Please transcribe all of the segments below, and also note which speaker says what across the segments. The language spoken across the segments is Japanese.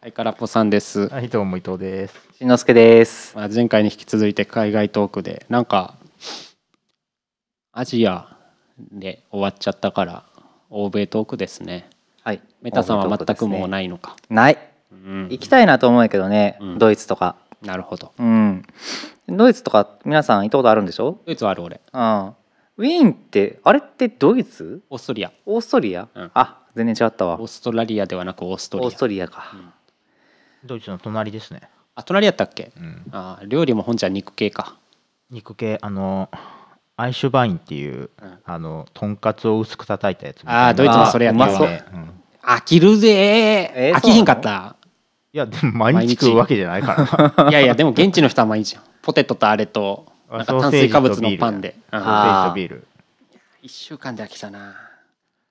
Speaker 1: はい、からっぽさんです。
Speaker 2: はい、どうも伊藤です。
Speaker 3: しんのすけです。
Speaker 1: まあ、前回に引き続いて海外トークで、なんか。アジアで終わっちゃったから、欧米トークですね。
Speaker 3: はい。
Speaker 1: メタさんは全くもう
Speaker 3: ない。
Speaker 1: ないのか。
Speaker 3: ない。
Speaker 1: うん
Speaker 3: 行きたいなと思うけどね、
Speaker 1: うん
Speaker 3: ドイツとか。
Speaker 1: なるほど。
Speaker 3: うん。ドイツとか皆さん行ったことあるんでしょ？
Speaker 1: ドイツはある俺、
Speaker 3: うん。ウィーンってあれってドイツ？
Speaker 1: オーストリア、
Speaker 3: オーストリア？
Speaker 1: うん
Speaker 3: あ、全然違ったわ
Speaker 1: オ。ーストラリアではなくオーストリ
Speaker 3: オ
Speaker 1: ア。
Speaker 3: ーストリアか。
Speaker 1: うん
Speaker 2: ドイツの隣ですね。
Speaker 1: あ、隣やったっけ。
Speaker 2: うん、
Speaker 1: あー、料理も本じゃ肉系か。
Speaker 2: 肉系、あの、アイシュバインっていう、
Speaker 1: うん
Speaker 2: あの、とんかつを薄く叩いたやつみたいな。
Speaker 1: あー、ドイツもそれやった
Speaker 3: あうまそ
Speaker 1: わ
Speaker 3: う。
Speaker 2: うん
Speaker 1: 飽きるぜー
Speaker 3: えー
Speaker 1: 飽きひんかった。
Speaker 2: いや、でも毎日食うわけじゃないからな。
Speaker 1: いやいや、でも現地の人は毎日やん。ポテトとあれと、なんか炭水化物のパンで。うん
Speaker 3: あ
Speaker 2: ソーセージとビール。
Speaker 1: 一週間で飽きたな。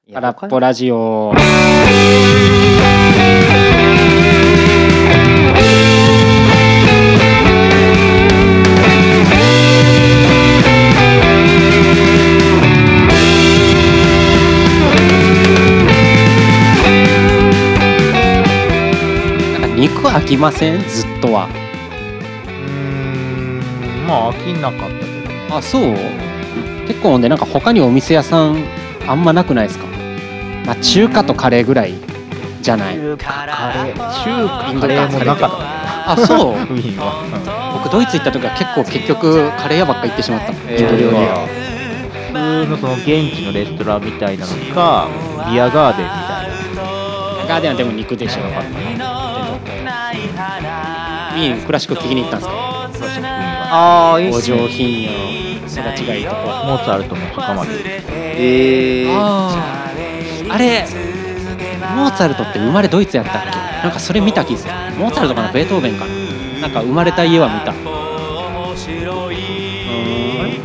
Speaker 3: いや
Speaker 1: 空っぽラジオ。なんか肉飽きませんずっとは。
Speaker 2: うーん、まあ飽きなかったけどね。
Speaker 1: あ、そう結構ね、なんか他にお店屋さんあんまなくないですかまあ中華とカレーぐらいじゃない。
Speaker 2: 中華カレー、中華カレーもなかっ
Speaker 1: あ、そう
Speaker 2: た。ウィーンは。
Speaker 1: 僕ドイツ行った時は結構結局カレー屋ばっか行ってしまった
Speaker 3: え
Speaker 1: 自
Speaker 3: ー
Speaker 1: 分
Speaker 2: 料
Speaker 1: 料
Speaker 2: 理
Speaker 1: 理
Speaker 2: は普通のその現地のレストランみたいなのか、ビアガーデンみたいな。
Speaker 1: ガーデンはでも肉でしょウィーンクラシック聴きに行ったんですか
Speaker 2: クラシックウィーンは。
Speaker 3: ああ、いい
Speaker 1: お
Speaker 3: っすね。
Speaker 1: 上品よ育ちがいいとこ
Speaker 2: モーツァルトの墓まで。
Speaker 3: ええー。
Speaker 1: あーあれモーツァルトって生まれドイツやったっけなんかそれ見た気するモーツァルトかなベートーベンかななんか生まれた家は見たうーん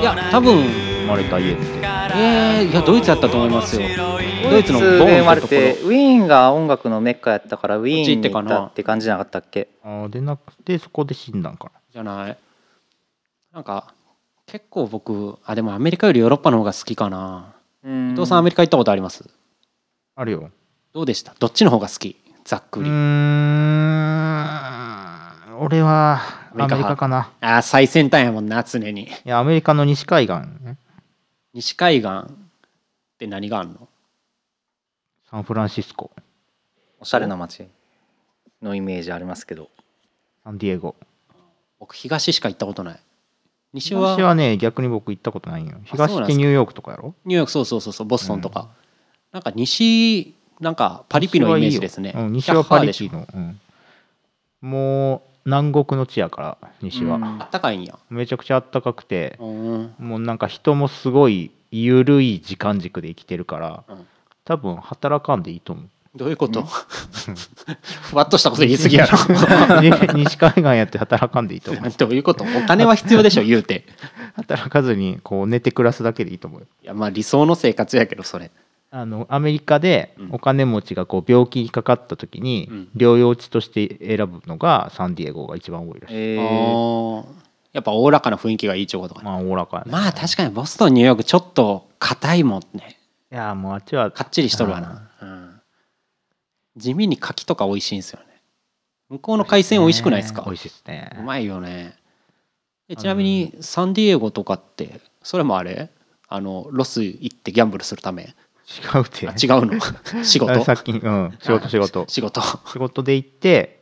Speaker 1: いや多分
Speaker 2: 生まれた家って。
Speaker 1: えー、いやドイツやったと思いますよド
Speaker 3: ド
Speaker 1: イ
Speaker 3: イ
Speaker 1: ツ
Speaker 3: ツ
Speaker 1: の
Speaker 3: の
Speaker 1: ボーン
Speaker 3: で生ま
Speaker 1: っ
Speaker 3: れ
Speaker 1: てところ
Speaker 3: てウィーンが音楽のメッカやったからウィーンに行
Speaker 1: こっち行ってか
Speaker 3: っ
Speaker 1: な
Speaker 3: たって感じじゃなかったっけ
Speaker 2: ああ、でなくて、そこで死んだんか
Speaker 1: じゃないなんか結構僕あでもアメリカよりヨーロッパの方が好きかな
Speaker 3: 伊
Speaker 1: 伊藤さんアメリカ行ったことあります
Speaker 2: な。あるよ。
Speaker 1: どうでしたどっちの方が好きざっ
Speaker 2: う
Speaker 1: く
Speaker 2: ー
Speaker 1: り
Speaker 2: ん、俺は
Speaker 1: アメリカ派
Speaker 2: アメリカかな。
Speaker 1: あー最先端やもんな常に
Speaker 2: いや、アメリカの西海岸ね、
Speaker 1: 西海岸って何があんの
Speaker 2: サンフランシスコ、
Speaker 3: おしゃれな街のイメージありますけど
Speaker 2: サンディエゴ。
Speaker 1: 僕東しか行ったことない西は
Speaker 2: 東はね、逆に僕行ったことないんよ。東
Speaker 1: そうなん
Speaker 2: っ
Speaker 1: すか
Speaker 2: てニューヨークとかやろ
Speaker 1: ニューヨークそうそうそうそうボストンとか、なんか西なんかパリピのイメージですね
Speaker 2: 西はいいようん、西はパリ
Speaker 1: キャッ
Speaker 2: ピ
Speaker 1: ハーでし
Speaker 2: の。うんもう、南国の地やから、西
Speaker 3: う
Speaker 2: は。
Speaker 1: ょ
Speaker 3: ん
Speaker 1: あったかいんや
Speaker 2: めちゃくちゃ暖かくて、
Speaker 1: うん
Speaker 2: もうなんか人もすごい緩い時間軸で生きてるから、
Speaker 1: うん
Speaker 2: 多分働かんでいいと思う
Speaker 1: どういうこと、 ふわっとしたこと言い過ぎ やろ
Speaker 2: 西海岸やって働かんでいいと思 う
Speaker 1: どういうことお金は必要でしょ言うて
Speaker 2: 働かずにこう寝て暮らすだけでいいと思うよ
Speaker 1: いやまあ理想の生活やけどそれ
Speaker 2: あのアメリカで
Speaker 1: うん
Speaker 2: お金持ちがこう病気にかかった時に
Speaker 1: うん
Speaker 2: 療養地として選ぶのがサンディエゴが一番多いらしい、
Speaker 3: え
Speaker 1: あ
Speaker 3: ー、
Speaker 1: ーやっぱおおらかな雰囲気がいいちょうことかね
Speaker 2: まあおおらかやね
Speaker 1: まあ確かにボストンニューヨークちょっと硬いもんね
Speaker 2: いやもうあっちは
Speaker 1: かっちりしとるわな、うん、地味に柿とか美味しいんですよね向こうの海鮮美味しくないですか
Speaker 2: 美味しいですね
Speaker 1: うまいよねえちなみにサンディエゴとかってそれもあれあのロス行ってギャンブルするため
Speaker 2: 違うて
Speaker 1: あ違 うの仕事
Speaker 2: あさっきうん仕事仕事
Speaker 1: 仕事
Speaker 2: 仕事で行って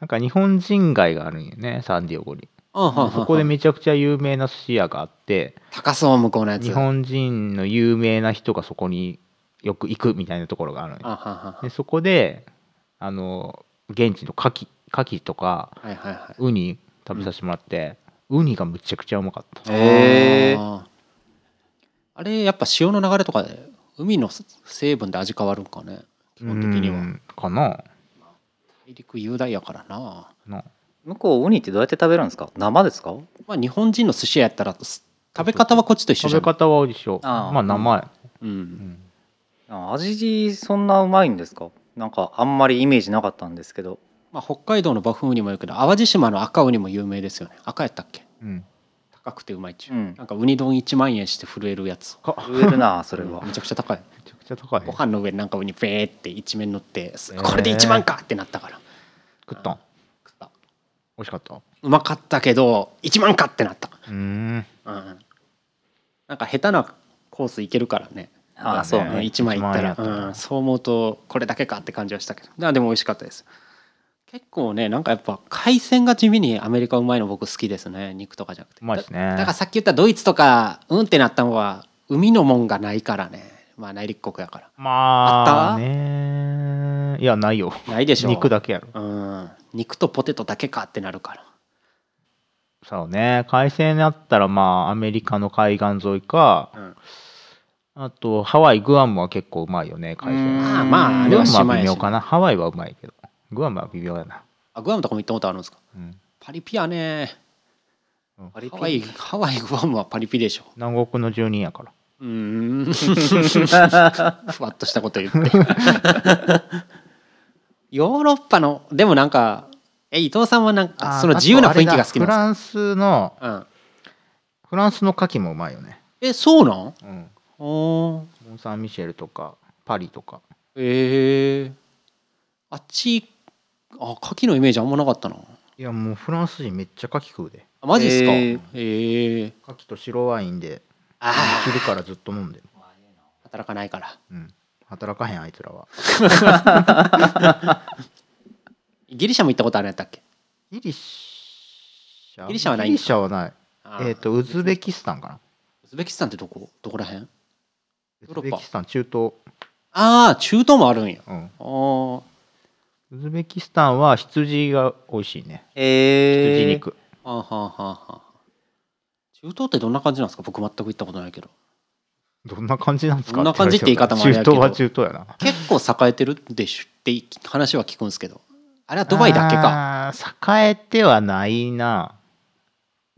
Speaker 2: なんか日本人街があるんよねサンディエゴにそ
Speaker 1: そ
Speaker 2: こでめちゃくちゃ有名な寿司屋があって
Speaker 1: 高そう向こうのやつ
Speaker 2: 日本人の有名な人がそこによく行くみたいなところがあるんよ
Speaker 1: あは
Speaker 2: でそこであの現地の牡蠣牡蠣とか
Speaker 1: ははいはいはい
Speaker 2: ウニ食べさせてもらって、ウニがむちゃくちゃうまかった
Speaker 3: えー、
Speaker 1: あーあれやっぱ潮の流れとかで海の成分で味変わるんかね基本的に
Speaker 2: う
Speaker 1: は
Speaker 2: んかな
Speaker 1: 大陸雄大やからな
Speaker 2: な
Speaker 3: 向こうウニってどうやって食べるんですか生ですか
Speaker 1: まあ日本人の寿司屋やったらす食べ方はこっちと一緒
Speaker 2: 食
Speaker 1: じゃ
Speaker 2: べ
Speaker 1: ん、
Speaker 2: 方は一緒
Speaker 3: あー
Speaker 2: まあ名前、
Speaker 1: う、
Speaker 2: うんん
Speaker 3: あ味そんなうまいんですかなんかあんまりイメージなかったんですけど
Speaker 1: まあ北海道のバフンウニもよくど淡路島の赤ウニも有名ですよね赤やったっけ
Speaker 2: うん
Speaker 1: 高くてうまいっちゅう、
Speaker 3: うん
Speaker 1: なんかウニ丼1万円して震えるやつ
Speaker 2: か
Speaker 3: 震えるなそれは
Speaker 1: めちゃくちゃ高い
Speaker 2: めちゃくくちゃ高い
Speaker 1: ご
Speaker 2: 食
Speaker 1: 飯の上になんかウニペーって一面乗って、す
Speaker 2: えー
Speaker 1: これで1万かってなったから
Speaker 2: ったん
Speaker 1: 食った
Speaker 2: 美味しかったう
Speaker 1: うまかったけど1万かってなった、
Speaker 2: ーん
Speaker 1: うん、なんか下手なコースいけるからね
Speaker 3: ああ
Speaker 2: そ
Speaker 3: そうう
Speaker 2: ね
Speaker 3: ね
Speaker 1: 1枚いったら
Speaker 2: 一枚やったら
Speaker 1: うん、そう思うとこれだけかって感じはしたけどまあでも美味しかったです結構ねなんかやっぱ海鮮が地味にアメリカうまいの僕好きですね肉とかじゃなくて
Speaker 2: うまいですね
Speaker 1: だだからさっき言ったドイツとかうんってなったのは海のもんがないからねまあ内陸国やか
Speaker 2: ま
Speaker 1: あ
Speaker 2: あ
Speaker 1: った
Speaker 2: ねいやないよ
Speaker 1: らないでしょ
Speaker 2: 肉だけやろ
Speaker 1: うん肉とポテトだけかってなるから
Speaker 2: そうね海鮮だったらまあアメリカの海岸沿いか、
Speaker 1: うん
Speaker 2: あとハワイグアムは結構うまいよね海鮮
Speaker 1: まあまああ
Speaker 2: グ
Speaker 1: れ
Speaker 2: ア
Speaker 1: は
Speaker 2: ム
Speaker 1: 島
Speaker 2: は微
Speaker 1: や
Speaker 2: 妙
Speaker 1: し
Speaker 2: かなハワイはうまいけどグアムは微妙やな、
Speaker 1: あグアムとかも行ったことあるんですか
Speaker 2: うん、
Speaker 1: パリピやね
Speaker 3: パリ
Speaker 1: ハワイ
Speaker 3: ピ
Speaker 1: ハワイグアムはパリピでしょ
Speaker 2: 南国の住人やから
Speaker 1: うーんふわっとしたこと言って ヨーロッパのでもなんかえ伊藤さんはなんかその自由な雰囲気が好きな
Speaker 2: あとあれだフ
Speaker 1: んで
Speaker 2: ランスの
Speaker 1: すか、うん、
Speaker 2: フランスの牡蠣もうまいよね
Speaker 1: えそうなん
Speaker 2: うん
Speaker 1: おー
Speaker 2: モン・サン・ミシェルとかパリとか
Speaker 1: ええあっちあ牡蠣のイメージあんまなかったない
Speaker 2: やもうフランス人めっちゃ牡蠣食うで
Speaker 1: あマジっすか
Speaker 3: え
Speaker 1: え
Speaker 3: ー
Speaker 1: え
Speaker 2: 牡蠣と白ワインで
Speaker 1: ああ
Speaker 2: 昼からずっと飲んでる、
Speaker 1: 働かないから
Speaker 2: うん、働かへんあいつらは
Speaker 1: ギリシャも行ったことあるんやったっけ
Speaker 2: ギリシャ
Speaker 1: ギリシャはないん
Speaker 2: ギ
Speaker 1: か
Speaker 2: リシャはない
Speaker 1: あ
Speaker 2: えっ、とウズベキスタンかな
Speaker 1: ウズベキスタンってどこどこらへん
Speaker 2: ウ
Speaker 1: ヨー
Speaker 2: ズ
Speaker 1: ロッ
Speaker 2: ベ
Speaker 1: パ
Speaker 2: キスタン中東、
Speaker 1: ああ中東もあるんや
Speaker 2: うん、
Speaker 1: あー
Speaker 2: ウズベキスタンは羊が美味しいね羊
Speaker 3: ええー、
Speaker 2: 肉、
Speaker 1: はあはあはあはあ中東ってどんな感じなんですか僕全く行ったことないけど
Speaker 2: どんな感じなんですか
Speaker 1: どんな感じって言い方もあ
Speaker 2: 中
Speaker 1: れやけど
Speaker 2: 東は中東やな
Speaker 1: 結構栄えてるでしょって話は聞くんですけどあれはドバイだけか
Speaker 2: か栄えてはないな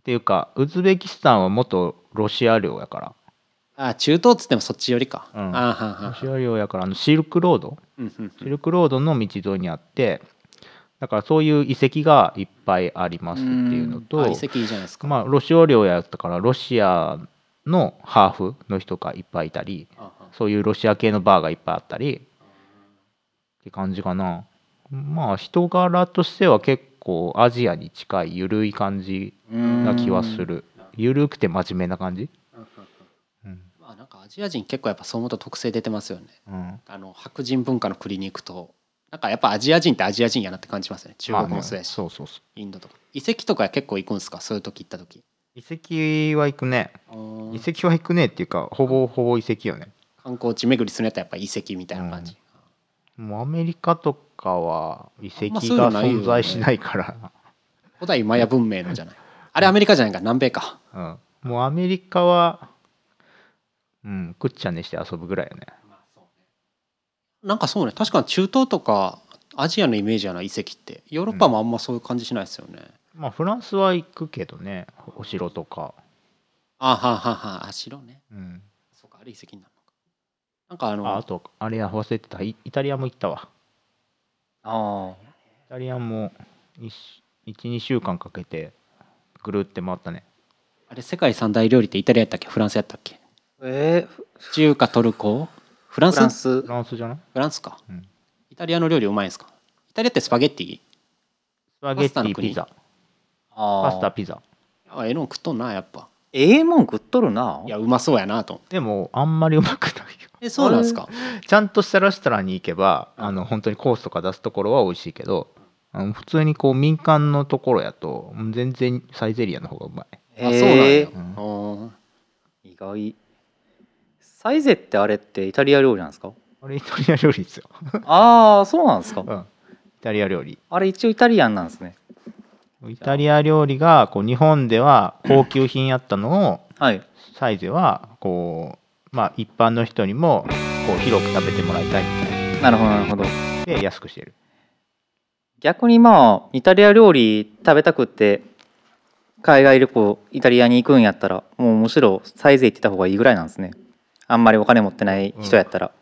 Speaker 2: っていうかウズベキスタンは元ロシア領やか
Speaker 1: ああ中東っつってもそっちよりか、
Speaker 2: うん
Speaker 1: ああはあ
Speaker 2: らロ
Speaker 1: はあ
Speaker 2: シア領やからあのシルクロード
Speaker 1: うんうん
Speaker 2: シルクロードの道沿いにあってだからそういう遺跡がいっぱいありますっていうのと
Speaker 1: あ遺跡いいじゃないですか、
Speaker 2: まあロシア領やったからロシアのハーフの人がいっぱいいたり
Speaker 1: ああは
Speaker 2: そういうロシア系のバーがいっぱいあったりって感じかなまあ人柄としては結構アジアに近い緩い感じな気はする緩くて真面目な感じ
Speaker 1: あうんうんうん
Speaker 2: うん、
Speaker 1: まあなんかアジア人結構やっぱそう思うと特性出てますよね
Speaker 2: うん
Speaker 1: あの白人文化の国に行くとなんかやっぱアジア人ってアジア人やなって感じますよね中国
Speaker 2: まあ
Speaker 1: も
Speaker 2: ね
Speaker 1: そうやし、
Speaker 2: そうそうそう
Speaker 1: インドとか遺跡とか結構行くんですかそういう時行った時
Speaker 2: 遺跡は行くね
Speaker 1: うん
Speaker 2: 遺跡は行くねっていうかほぼほぼ遺跡よね
Speaker 1: 観光地巡りするんやったらやっぱ遺跡みたいな感じ、
Speaker 2: もうアメリカとかは遺跡
Speaker 1: あんま
Speaker 2: が
Speaker 1: そういうのないよね
Speaker 2: 存在しないから
Speaker 1: 古代マヤ文明のじゃないあれアメリカじゃないか南米か
Speaker 2: うん、もうアメリカは、うん、くっちゃんにして遊ぶぐらいよね。
Speaker 1: なんかそうね確かに中東とかアジアのイメージやな遺跡ってヨーロッパもあんまそういう感じしないですよね、
Speaker 2: まあ、フランスは行くけどね、お城とか。
Speaker 1: あはははあ白ね
Speaker 2: うん、
Speaker 1: そうかあれ遺跡になるのかなんかあの
Speaker 2: ああと、あれや、忘れてた、イイタリアも行ったわ。
Speaker 3: ああ
Speaker 2: イタリアも12週間かけてぐるって回ったね。
Speaker 1: あれ世界三大料理ってイタリアやったっけフランスやったっけ
Speaker 3: えー、
Speaker 1: 中華トルコフランス
Speaker 3: フランス
Speaker 2: フランスじゃない
Speaker 1: フランスか、
Speaker 2: うん
Speaker 1: イタリアの料理うまいんすかイタリアってスパゲッティ
Speaker 2: スパゲッ
Speaker 1: パスタ
Speaker 2: テ
Speaker 1: の
Speaker 2: ィ、
Speaker 1: 国
Speaker 2: ピザ、
Speaker 3: あ
Speaker 2: パスタ、
Speaker 3: あ
Speaker 2: ピザ。
Speaker 1: あええのん食っとんなやっぱ
Speaker 3: ええもん食っとるない
Speaker 1: やうまそうやなと思って
Speaker 2: でも、あんまりうまくないよ。
Speaker 1: えそうなんすか
Speaker 2: ちゃんとしたレストランに行けば、あの本当にコースとか出すところは美味しいけど、あの普通にこう民間のところやと、全然サイゼリアの方がうまい。
Speaker 1: あそうなんや、
Speaker 3: えー
Speaker 2: うん
Speaker 1: うん
Speaker 3: 意外サイゼってあれってイタリア料理なんですか
Speaker 2: あれ、イタリア料理ですよ。
Speaker 3: ああそうなんですか
Speaker 2: うん、イタリア料理。
Speaker 3: あれ一応イタリアンなんですね
Speaker 2: イタリア料理がこう日本では高級品やったのを、
Speaker 3: はい
Speaker 2: サイゼはこう、まあ、一般の人にもこう広く食べてもらいたいみたい
Speaker 3: なるほどなるほど
Speaker 2: で安くしてる。
Speaker 3: 逆にまあイタリア料理食べたくって海外旅行イタリアに行くんやったらもうむしろサイゼ行ってた方がいいぐらいなんですねあんまりお金持ってない人やったら、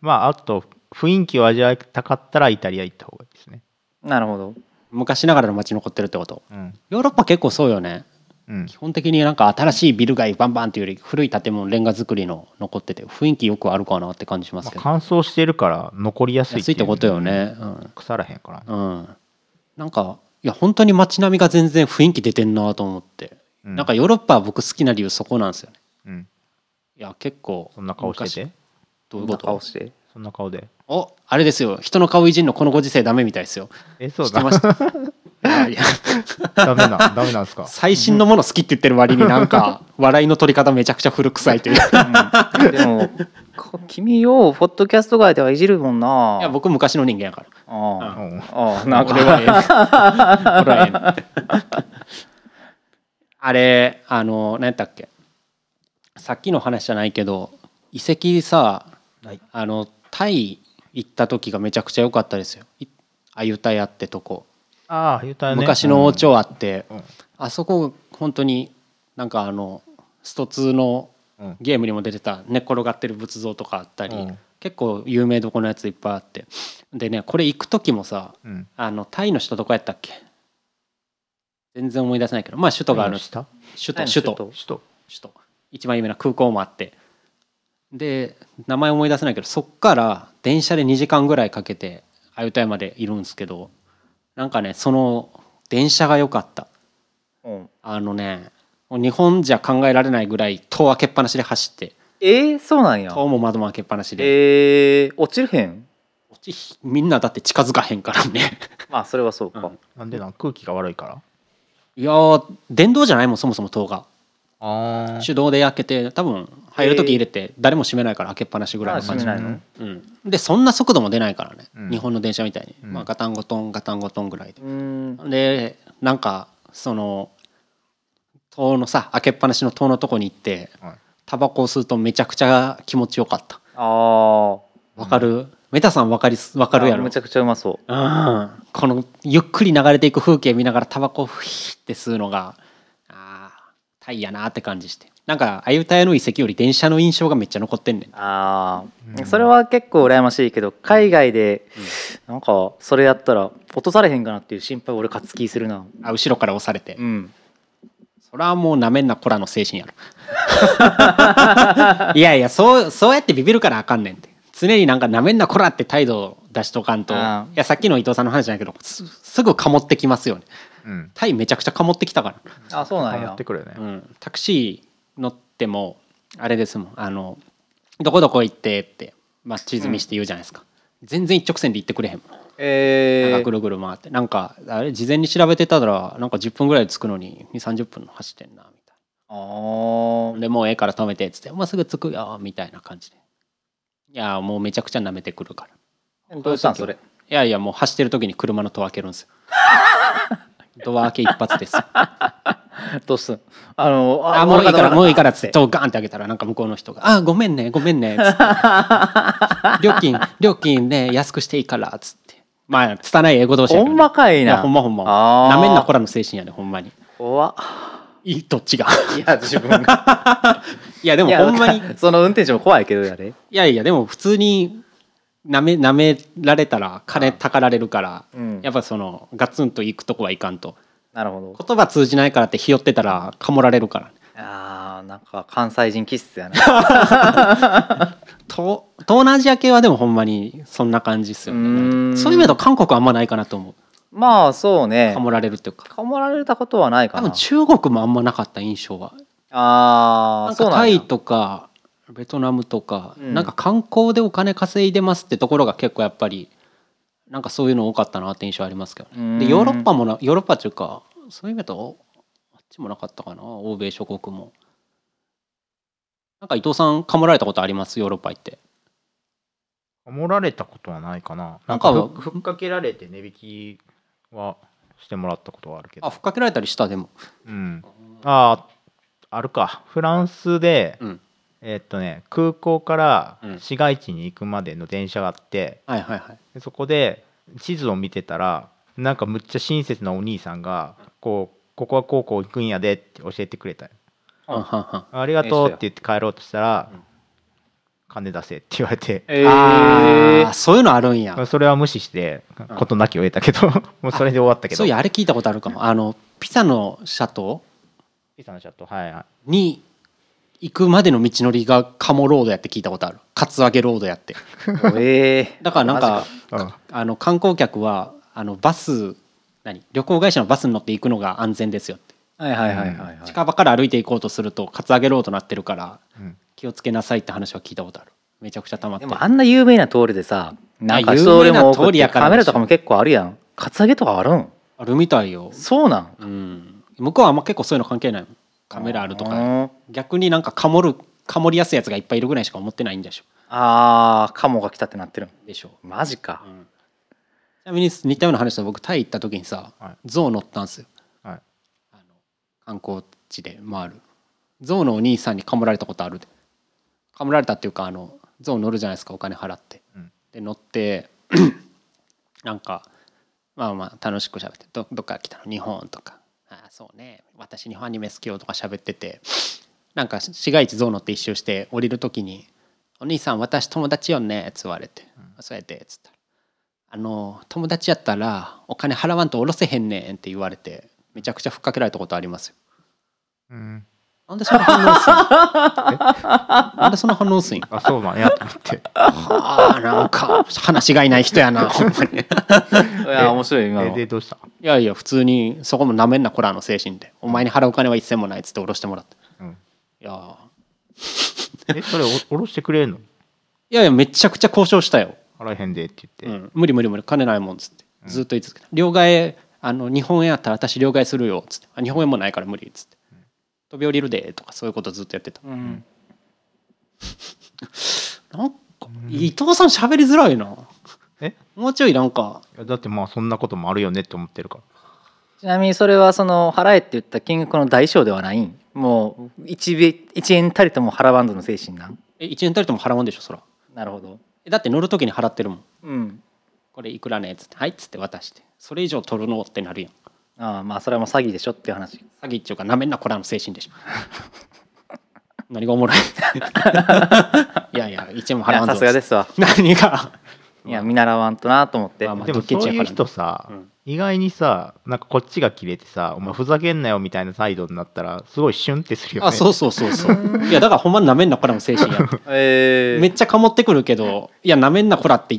Speaker 2: まあ、あと雰囲気を味わいたかったらイタリア行った方がいいですね。
Speaker 3: なるほど
Speaker 1: 昔ながらの街残ってるってこと
Speaker 2: うん、
Speaker 1: ヨーロッパ結構そうよね
Speaker 2: うん
Speaker 1: 基本的になんか新しいビル街バンバンっていうより古い建物レンガ造りの残ってて雰囲気よくあるかなって感じします
Speaker 2: まあ
Speaker 1: けど、
Speaker 2: 乾燥してるから残りやすい
Speaker 1: 安いってこと
Speaker 2: よ
Speaker 1: よねうん
Speaker 2: 腐らへんからね
Speaker 1: うん、なんかいや本当に街並みが全然雰囲気出てんなと思って、
Speaker 2: うん
Speaker 1: なんかヨーロッパは僕好きな理由そこなんですよね
Speaker 2: うん
Speaker 1: いや結構
Speaker 2: そんな顔してて
Speaker 1: 昔どういうこ
Speaker 3: 顔
Speaker 1: と
Speaker 3: して
Speaker 2: そんな顔で
Speaker 1: おあれですよ人の顔いじんのこのご時世ダメみたいですよ
Speaker 2: えそう
Speaker 1: 知って
Speaker 2: だ
Speaker 1: ましたいやいや
Speaker 2: ダメなダメな んですか
Speaker 1: 最新のもの好きって言ってる割になん か笑いの取り方めちゃくちゃ古臭いというい
Speaker 3: うんでもこ君ようポッドキャスト外ではいじるもんな
Speaker 1: や僕昔の人間やから
Speaker 3: あ
Speaker 2: うん
Speaker 3: あああなんか
Speaker 1: 俺はええ俺はえ えあれあの何やったっけさっきの話じゃないけど遺跡さ、
Speaker 2: はい
Speaker 1: あのタイ行った時がめちゃくちゃ良かったですよいアユタヤってとこ、
Speaker 2: ああ言ったね
Speaker 1: 昔の王朝あって、
Speaker 2: うん
Speaker 1: あそこ本当になんかあのスト2の
Speaker 2: うん
Speaker 1: ゲームにも出てた寝っ転がってる仏像とかあったり、
Speaker 2: うん
Speaker 1: 結構有名どこのやついっぱいあってでねこれ行く時もさ
Speaker 2: うん
Speaker 1: あのタイの首都どこやったっけ全然思い出せないけどまあ首都がある首
Speaker 2: 下
Speaker 1: 都首都
Speaker 2: 首都
Speaker 1: 首都一番有名な空港もあってで名前思い出せないけどそっから電車で2時間ぐらいかけてアユタヤまでいるんですけどなんかねその電車が良かった
Speaker 3: うん
Speaker 1: あのねもう日本じゃ考えられないぐらい戸開けっぱなしで走って
Speaker 3: えー、そうなんや
Speaker 1: 戸も窓も開けっぱなしで、
Speaker 3: えー、落ちるへん
Speaker 1: 落ちみんなだって近づかへんからね
Speaker 3: まあそれはそうか、
Speaker 1: うん
Speaker 2: なんでなん空気が悪いから
Speaker 1: いやー電動じゃないもんそもそも戸が
Speaker 2: ああ
Speaker 1: 手動で開けて多分入る時入れて誰も閉めないから開けっぱなしぐらい
Speaker 3: まあ
Speaker 1: の
Speaker 3: 閉
Speaker 1: 感
Speaker 3: め
Speaker 1: じ、
Speaker 3: ないの
Speaker 1: うん、でそんな速度も出ないからね、
Speaker 2: うん
Speaker 1: 日本の電車みたいに、
Speaker 2: うん
Speaker 1: まあ、ガタンゴトンガタンゴトンぐらいで
Speaker 3: う、ーん
Speaker 1: でなんかその塔のさ開けっぱなしの塔のとこに行って
Speaker 2: はい
Speaker 1: タバコを吸うとめちゃくちゃ気持ちよかった
Speaker 3: あ
Speaker 1: わかる、メタさんわかりすわ
Speaker 3: あ
Speaker 1: かるやろ
Speaker 3: めちゃくちゃうまそう
Speaker 1: うん、このゆっくり流れていく風景見ながらタバコをふひって吸うのがあータイやなって感じしてなんかあゆたやの遺跡より電車の印象がめっちゃ残ってんねん
Speaker 3: ああ、
Speaker 2: うん
Speaker 3: それは結構羨ましいけど海外でなんかそれやったら落とされへんかなっていう心配俺勝つ気するな
Speaker 1: あ後ろから押されて
Speaker 3: うん
Speaker 1: それはもうなめんなこらの精神 やろいやいやそうそうやってビビるからあかんねんって常になんかなめんなこらって態度を出しとかんとい
Speaker 3: あー
Speaker 1: やさっきの伊藤さんの話じゃないけどすすぐかもってきますよね
Speaker 2: うん
Speaker 1: タイめちゃくちゃかもってきたから
Speaker 3: あそうなん
Speaker 2: 変わ
Speaker 3: や
Speaker 2: ってくるよね
Speaker 1: うん、タクシー乗ってもあれですもんあのどこどこ行ってって、まあ、地図見して言うじゃないですか、全然一直線で行ってくれへんもん
Speaker 3: え
Speaker 1: なんかぐるぐる回ってなんかあれ事前に調べてたらなんか10分ぐらいで着くのに2 3 0分走ってんなみたい
Speaker 3: ああ
Speaker 1: なでもうええから止めてっつって「もうすぐ着くよ」みたいな感じでいやもうめちゃくちゃ舐めてくるから
Speaker 3: どうしたんそれ
Speaker 1: いやいやもう走ってる時に車のドア開けるんですよドア開け一発ですよ
Speaker 3: どうしたんあの
Speaker 1: あもういいからもういいからっつって
Speaker 3: と
Speaker 1: ドガンってあげたらなんか向こうの人が「あごめんねごめんね」っつって「 料金料金ね安くしていいから」っつってまあ拙い英語同士やけ
Speaker 3: ほ
Speaker 1: どね
Speaker 3: んまかい
Speaker 1: い
Speaker 3: な
Speaker 1: やほんまほんま
Speaker 3: あー
Speaker 1: なめんなこらの精神やねほんまに
Speaker 3: 怖っ
Speaker 1: いいどっちが
Speaker 3: いや自分が
Speaker 1: いやで
Speaker 3: い
Speaker 1: も
Speaker 3: や
Speaker 1: ほんまにい
Speaker 3: だからその運転手も怖いけどやれ
Speaker 1: やいやでも普通になめなめられたら金たかられるから
Speaker 3: うん
Speaker 1: やっぱそのガツンと行くとこはいかんと
Speaker 3: なるほど
Speaker 1: 言葉通じないからってひよってたらかもられるから
Speaker 3: あーなんか関西人気質やな
Speaker 1: 東東南アジア系はでもほんまにそんな感じっすよ
Speaker 3: うー
Speaker 1: ね
Speaker 3: ん
Speaker 1: そういう意味だと韓国はあんまないかなと思
Speaker 3: まあそう
Speaker 1: う
Speaker 3: ね
Speaker 1: ハモられるっていうか
Speaker 3: かもられたことはないか
Speaker 1: 多
Speaker 3: な
Speaker 1: 分中国もあんまなかった印象は
Speaker 3: あ
Speaker 1: な
Speaker 3: あ
Speaker 1: ん
Speaker 3: そ
Speaker 1: か
Speaker 3: うな
Speaker 1: タ
Speaker 3: んや
Speaker 1: イとかベトナムとか、
Speaker 3: うん
Speaker 1: なんか観光でお金稼いでますってところが結構やっぱりなんかそういうの多かったなって印象ありますけど
Speaker 3: う
Speaker 1: ね
Speaker 3: ん
Speaker 1: でヨーロッパもなヨーロッパっていうかそういう意味だとあっちもなかったかな欧米諸国もなんか伊藤さんかもられたことありますヨーロッパ行って
Speaker 2: 守られたことはないかな
Speaker 1: な
Speaker 2: なんん
Speaker 1: か
Speaker 2: かふふっかけられて値引きはしてもらったことはあるけ
Speaker 1: あ
Speaker 2: ど
Speaker 1: ふっかけられたりしたでも
Speaker 2: うんあーあるかフランスで、
Speaker 1: うん
Speaker 2: えーっとね空港から
Speaker 1: うん
Speaker 2: 市街地に行くまでの電車があって、
Speaker 1: はいはいはい
Speaker 2: でそこで地図を見てたらなんかむっちゃ親切なお兄さんがこうここはこうこう行くんやでって教えてくれたよ
Speaker 1: うんうんうん
Speaker 2: ありがとうって言って帰ろうとしたら、金出せって言われて、
Speaker 3: え
Speaker 1: あ
Speaker 3: ー
Speaker 1: あ、そういうのあるんや
Speaker 2: まあそれは無視して
Speaker 1: うん
Speaker 2: 事なきを 得たけどもうそれで終わったけ
Speaker 1: そ
Speaker 2: ど
Speaker 1: ういやあれ聞いたことあるかもあのピサの斜塔
Speaker 2: ピザのチャットはいはい
Speaker 1: に行くまでの道のりが鴨ロードやって聞いたことあるカツアゲロードやって
Speaker 3: ええ
Speaker 1: だからなん
Speaker 3: マ
Speaker 1: か
Speaker 3: ジ
Speaker 1: あの観光客はあのバス何旅行会社のバスに乗って行くのが安全ですよって
Speaker 3: はいはいはいはい、はい
Speaker 1: 近場から歩いて行こうとするとカツアゲロードなってるから
Speaker 2: うん
Speaker 1: 気をつけなさいって話は聞いたことあるめちゃくちゃたまって
Speaker 3: で
Speaker 1: る
Speaker 3: もあんな有名な通りでさなんか
Speaker 1: 有名な
Speaker 3: 人でも多
Speaker 1: 通
Speaker 3: く
Speaker 1: り
Speaker 3: て
Speaker 1: やから
Speaker 3: カメラとかも結構あるやんカツアゲとかあるん
Speaker 1: あるみたいよ、
Speaker 3: そうなん
Speaker 1: うん、向こうはあんま結構そういうの関係ないもんカメラあると
Speaker 3: う
Speaker 1: か
Speaker 3: ん
Speaker 1: 逆になんかかもるかもりやすいやつがいっぱいいるぐらいしか思ってないんでしょ
Speaker 3: あーカモが来たってなってる
Speaker 1: でしょ
Speaker 3: マジか
Speaker 1: う、んちなみに似たような話だと僕タイ行った時にさ、
Speaker 2: はい
Speaker 1: 象乗ったんですよ
Speaker 2: はい
Speaker 1: あの観光地で回る象のお兄さんにかもられたことあるでかもられたっていうかあの象乗るじゃないですかお金払って、
Speaker 2: うん
Speaker 1: で乗って なんかまあまあ楽しく喋ってどどっから来たの日本とかああそうね私日本アニメ好きよとか喋ってて なんか市街地象乗って一周して降りる時に「お兄さん私友達よね」っつ言われて「そうやって」っつったらあの友達やったらお金払わんと下ろせへんねんって言われてめちゃくちゃふっかけられたことありますよ
Speaker 2: うん
Speaker 1: なんでそんな反応すん のなんでそんな反応 すんの
Speaker 2: あそうなんやと思 って
Speaker 1: はあなんか話がいない人やなほんまにい
Speaker 3: いや面白い今
Speaker 2: え
Speaker 3: の
Speaker 2: でどうした
Speaker 1: やいや普通にそこもなめんなコラの精神でお前に払うお金は一銭もないっつって下ろしてもらって
Speaker 2: うん
Speaker 1: いやー
Speaker 2: えそれおおろしてくれんの
Speaker 1: いやいやめちゃくちゃ交渉したよ、
Speaker 2: 払えへんでって
Speaker 1: う
Speaker 2: 言って
Speaker 1: ん、無理無理無理金ないもんっつってずっと言い続けた両替あの日本円あったら私両替するよっつってあ日本円もないから無理っつって飛び降りるでとかそういうことずっとやってた
Speaker 3: うん
Speaker 1: なんか伊藤さん喋りづらいな
Speaker 2: え
Speaker 1: もうちょいなんか
Speaker 2: いやだってまあそんなこともあるよねって思ってるか
Speaker 3: ちなみにそれはその払えって言った金額の代償ではないんもう 1, 1円たりとも払わんぞの精神なん
Speaker 1: え1円たりとも払わんでしょそら
Speaker 3: なるほど
Speaker 1: えだって乗る時に払ってるもん
Speaker 3: うん
Speaker 1: これいくらねっつってはいっつって渡してそれ以上取るのってなるやん
Speaker 3: ああまあそれはもう詐欺でしょっていう話
Speaker 1: 詐欺っていうかなめんなこらの精神でしょ 何がおもろい いやいや1円も払
Speaker 3: い
Speaker 1: わ
Speaker 3: や
Speaker 1: んぞ
Speaker 3: さすがですわ
Speaker 1: 何が
Speaker 3: いや見習わんとなと思って
Speaker 1: まあま
Speaker 2: ら
Speaker 1: あ
Speaker 2: でも
Speaker 1: ドッキリ
Speaker 2: そう
Speaker 1: や
Speaker 2: い
Speaker 1: か
Speaker 2: う
Speaker 1: らね
Speaker 2: 人さ
Speaker 1: うん
Speaker 2: 意外にさなんかこっちがキレてさお前ふざけんなよみたいな態度になったらすごいシュンってするよね
Speaker 1: あそうそうそうそういやだからほんまなめんなこらの精 神やん
Speaker 3: え
Speaker 1: めっちゃかもってくるけどいやなめんなこらって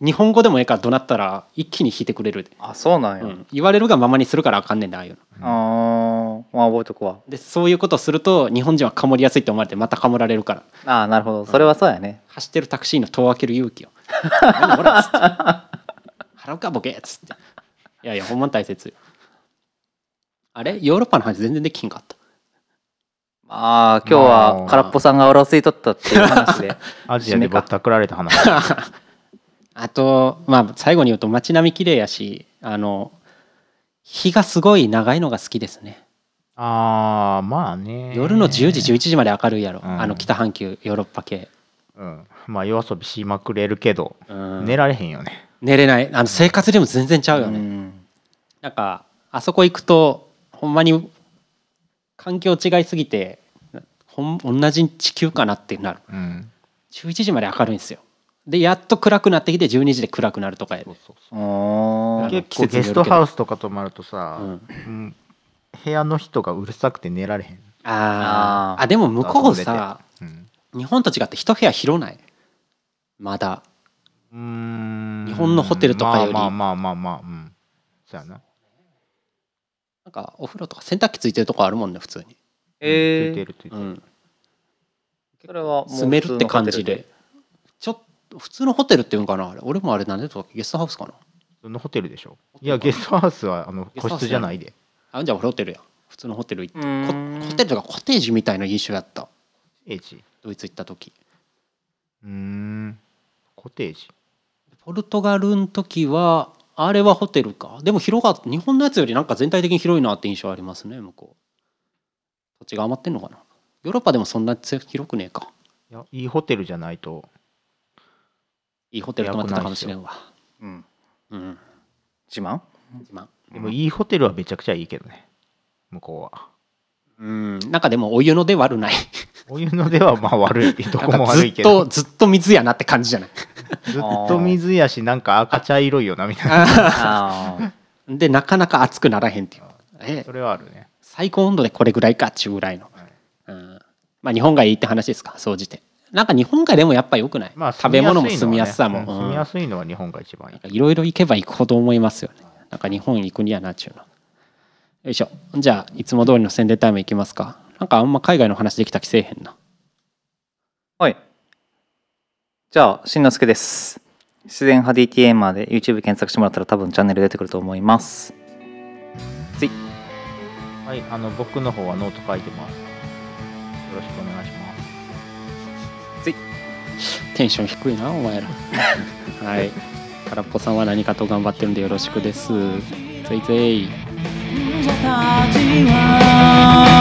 Speaker 1: 日本語でもええから怒鳴ったら一気に引いてくれるで
Speaker 3: あそうなんや、
Speaker 1: うん言われるがままにするからあかんねんでああいうの
Speaker 3: ああまあ覚えとくわ
Speaker 1: でそういうことをすると日本人はかもりやすいって思われてまたかもられるから
Speaker 3: ああなるほどそれはそうやね、
Speaker 1: 走ってるタクシーの戸を開ける勇 気を「何ほら」っつって「払うかボケ」っつっていやいやほんまに大切よあれヨーロッパの話全然できひんかった
Speaker 3: ああ今日は空っぽさんがおろすいとった っていう話で
Speaker 2: アジアでぼったくられた話
Speaker 1: あとまあ最後に言うと街並み綺麗やしあの日がすごい長いのが好きですね
Speaker 2: ああまあね
Speaker 1: 夜の10時11時まで明るいやろ、
Speaker 2: うん
Speaker 1: あの北半球ヨーロッパ系、
Speaker 2: うんまあ夜遊びしまくれるけど
Speaker 1: うん
Speaker 2: 寝られへんよね
Speaker 1: 寝れないあの生活でも全然ちゃうよ
Speaker 3: う
Speaker 1: ね、
Speaker 3: ん
Speaker 1: なんかあそこ行くとほんまに環境違いすぎてほん同じ地球かなってなる
Speaker 2: うん
Speaker 1: 11時まで明るいんですよでやっと暗くなってきて12時で暗くなるとかやで
Speaker 2: そうそう
Speaker 3: うーん
Speaker 1: 結
Speaker 2: 結
Speaker 1: 構
Speaker 2: 構
Speaker 1: ゲ
Speaker 2: ゲ
Speaker 1: ス
Speaker 2: ス
Speaker 1: ト
Speaker 2: ト
Speaker 1: ハ
Speaker 2: ハウスとか泊まるとさ、うん部屋の人がうるさくて寝られへん、
Speaker 1: あ
Speaker 3: あ
Speaker 1: ー
Speaker 3: ー
Speaker 1: あでも向こうさ
Speaker 2: うん
Speaker 1: 日本と違って一部屋広ないまだ
Speaker 2: うーん、
Speaker 1: 日本のホテルとかより
Speaker 2: まあまあまあまあまあうんそうやな
Speaker 1: なんかお風呂とか洗濯機ついてるとこあるもんね普通に、
Speaker 3: え
Speaker 2: ついて
Speaker 3: ー、
Speaker 2: るついて
Speaker 1: う
Speaker 2: る
Speaker 1: ん、
Speaker 3: それはもう
Speaker 1: 住めるって感じでちょっと普通のホテルっていうんかなあれ俺もあれなんでとかゲストハウスかな
Speaker 2: そのホテルでしょいやゲストハウスはあの
Speaker 1: ゲスト
Speaker 2: 個
Speaker 1: ハウス
Speaker 2: 室じゃないで
Speaker 1: あじゃあ俺ホテルや普通のホテル行って
Speaker 3: うーん
Speaker 1: こホテルとかコテージみたいな印象やった
Speaker 2: エージ
Speaker 1: ドイツ行った時
Speaker 2: うーんコテージ
Speaker 1: ポルトガルの時はあれはホテルかでも広がっ日本のやつよりなんか全体的に広いなって印象ありますね向こう土地が余ってんのかなヨーロッパでもそんなつ広くねえか
Speaker 2: いやいいホテルじゃないと
Speaker 1: いいホテル泊まってたかもしれんわ
Speaker 3: うん
Speaker 1: うん
Speaker 3: 自慢
Speaker 1: 今
Speaker 2: でもいいホテルはめちゃくちゃいいけどね向こうは
Speaker 1: うんなんかでもお湯の出悪 ない
Speaker 2: こういうのではまあ悪いど
Speaker 1: な
Speaker 2: こ
Speaker 1: ん
Speaker 2: も
Speaker 1: かず
Speaker 2: 悪
Speaker 1: っ
Speaker 2: いけど
Speaker 1: とずっと水やなって感じじゃない
Speaker 2: ずっと水やしなんか赤茶色いよなみたいな
Speaker 3: ああ
Speaker 1: でなかなか熱くならへんっていうえ
Speaker 2: それはあるね
Speaker 1: 最高温度でこれぐらいかっちゅうぐらいの、
Speaker 2: い
Speaker 1: うんまあ日本がいいって話ですか総じてなんか日本がでもやっぱ良くない、
Speaker 2: まあ
Speaker 1: 食べ物も住
Speaker 2: 住
Speaker 1: み
Speaker 2: み
Speaker 1: や
Speaker 2: や
Speaker 1: す
Speaker 2: す
Speaker 1: さ
Speaker 2: い
Speaker 1: も
Speaker 2: のは
Speaker 1: う
Speaker 2: ねうん住みや
Speaker 1: ん
Speaker 2: すいのは日本が一番いい
Speaker 1: なんかいろいろ行けば行くほど思いますよねなんか日本行くにはなっちゅうのよいしょじゃあいつも通りの宣伝タイムいきますかなんかあんま海外の話できた気せえへんな
Speaker 3: はい。じゃあ、しんのすけです。自然派 DTM まで YouTube 検索してもらったら多分チャンネル出てくると思います。
Speaker 2: はいあの僕の方はノート書いてますよろしくお願いします
Speaker 1: テンション低いなお 前らはい空っぽさんは何かと頑張ってるんでよろしくですぜいぜい
Speaker 4: 忍者たちは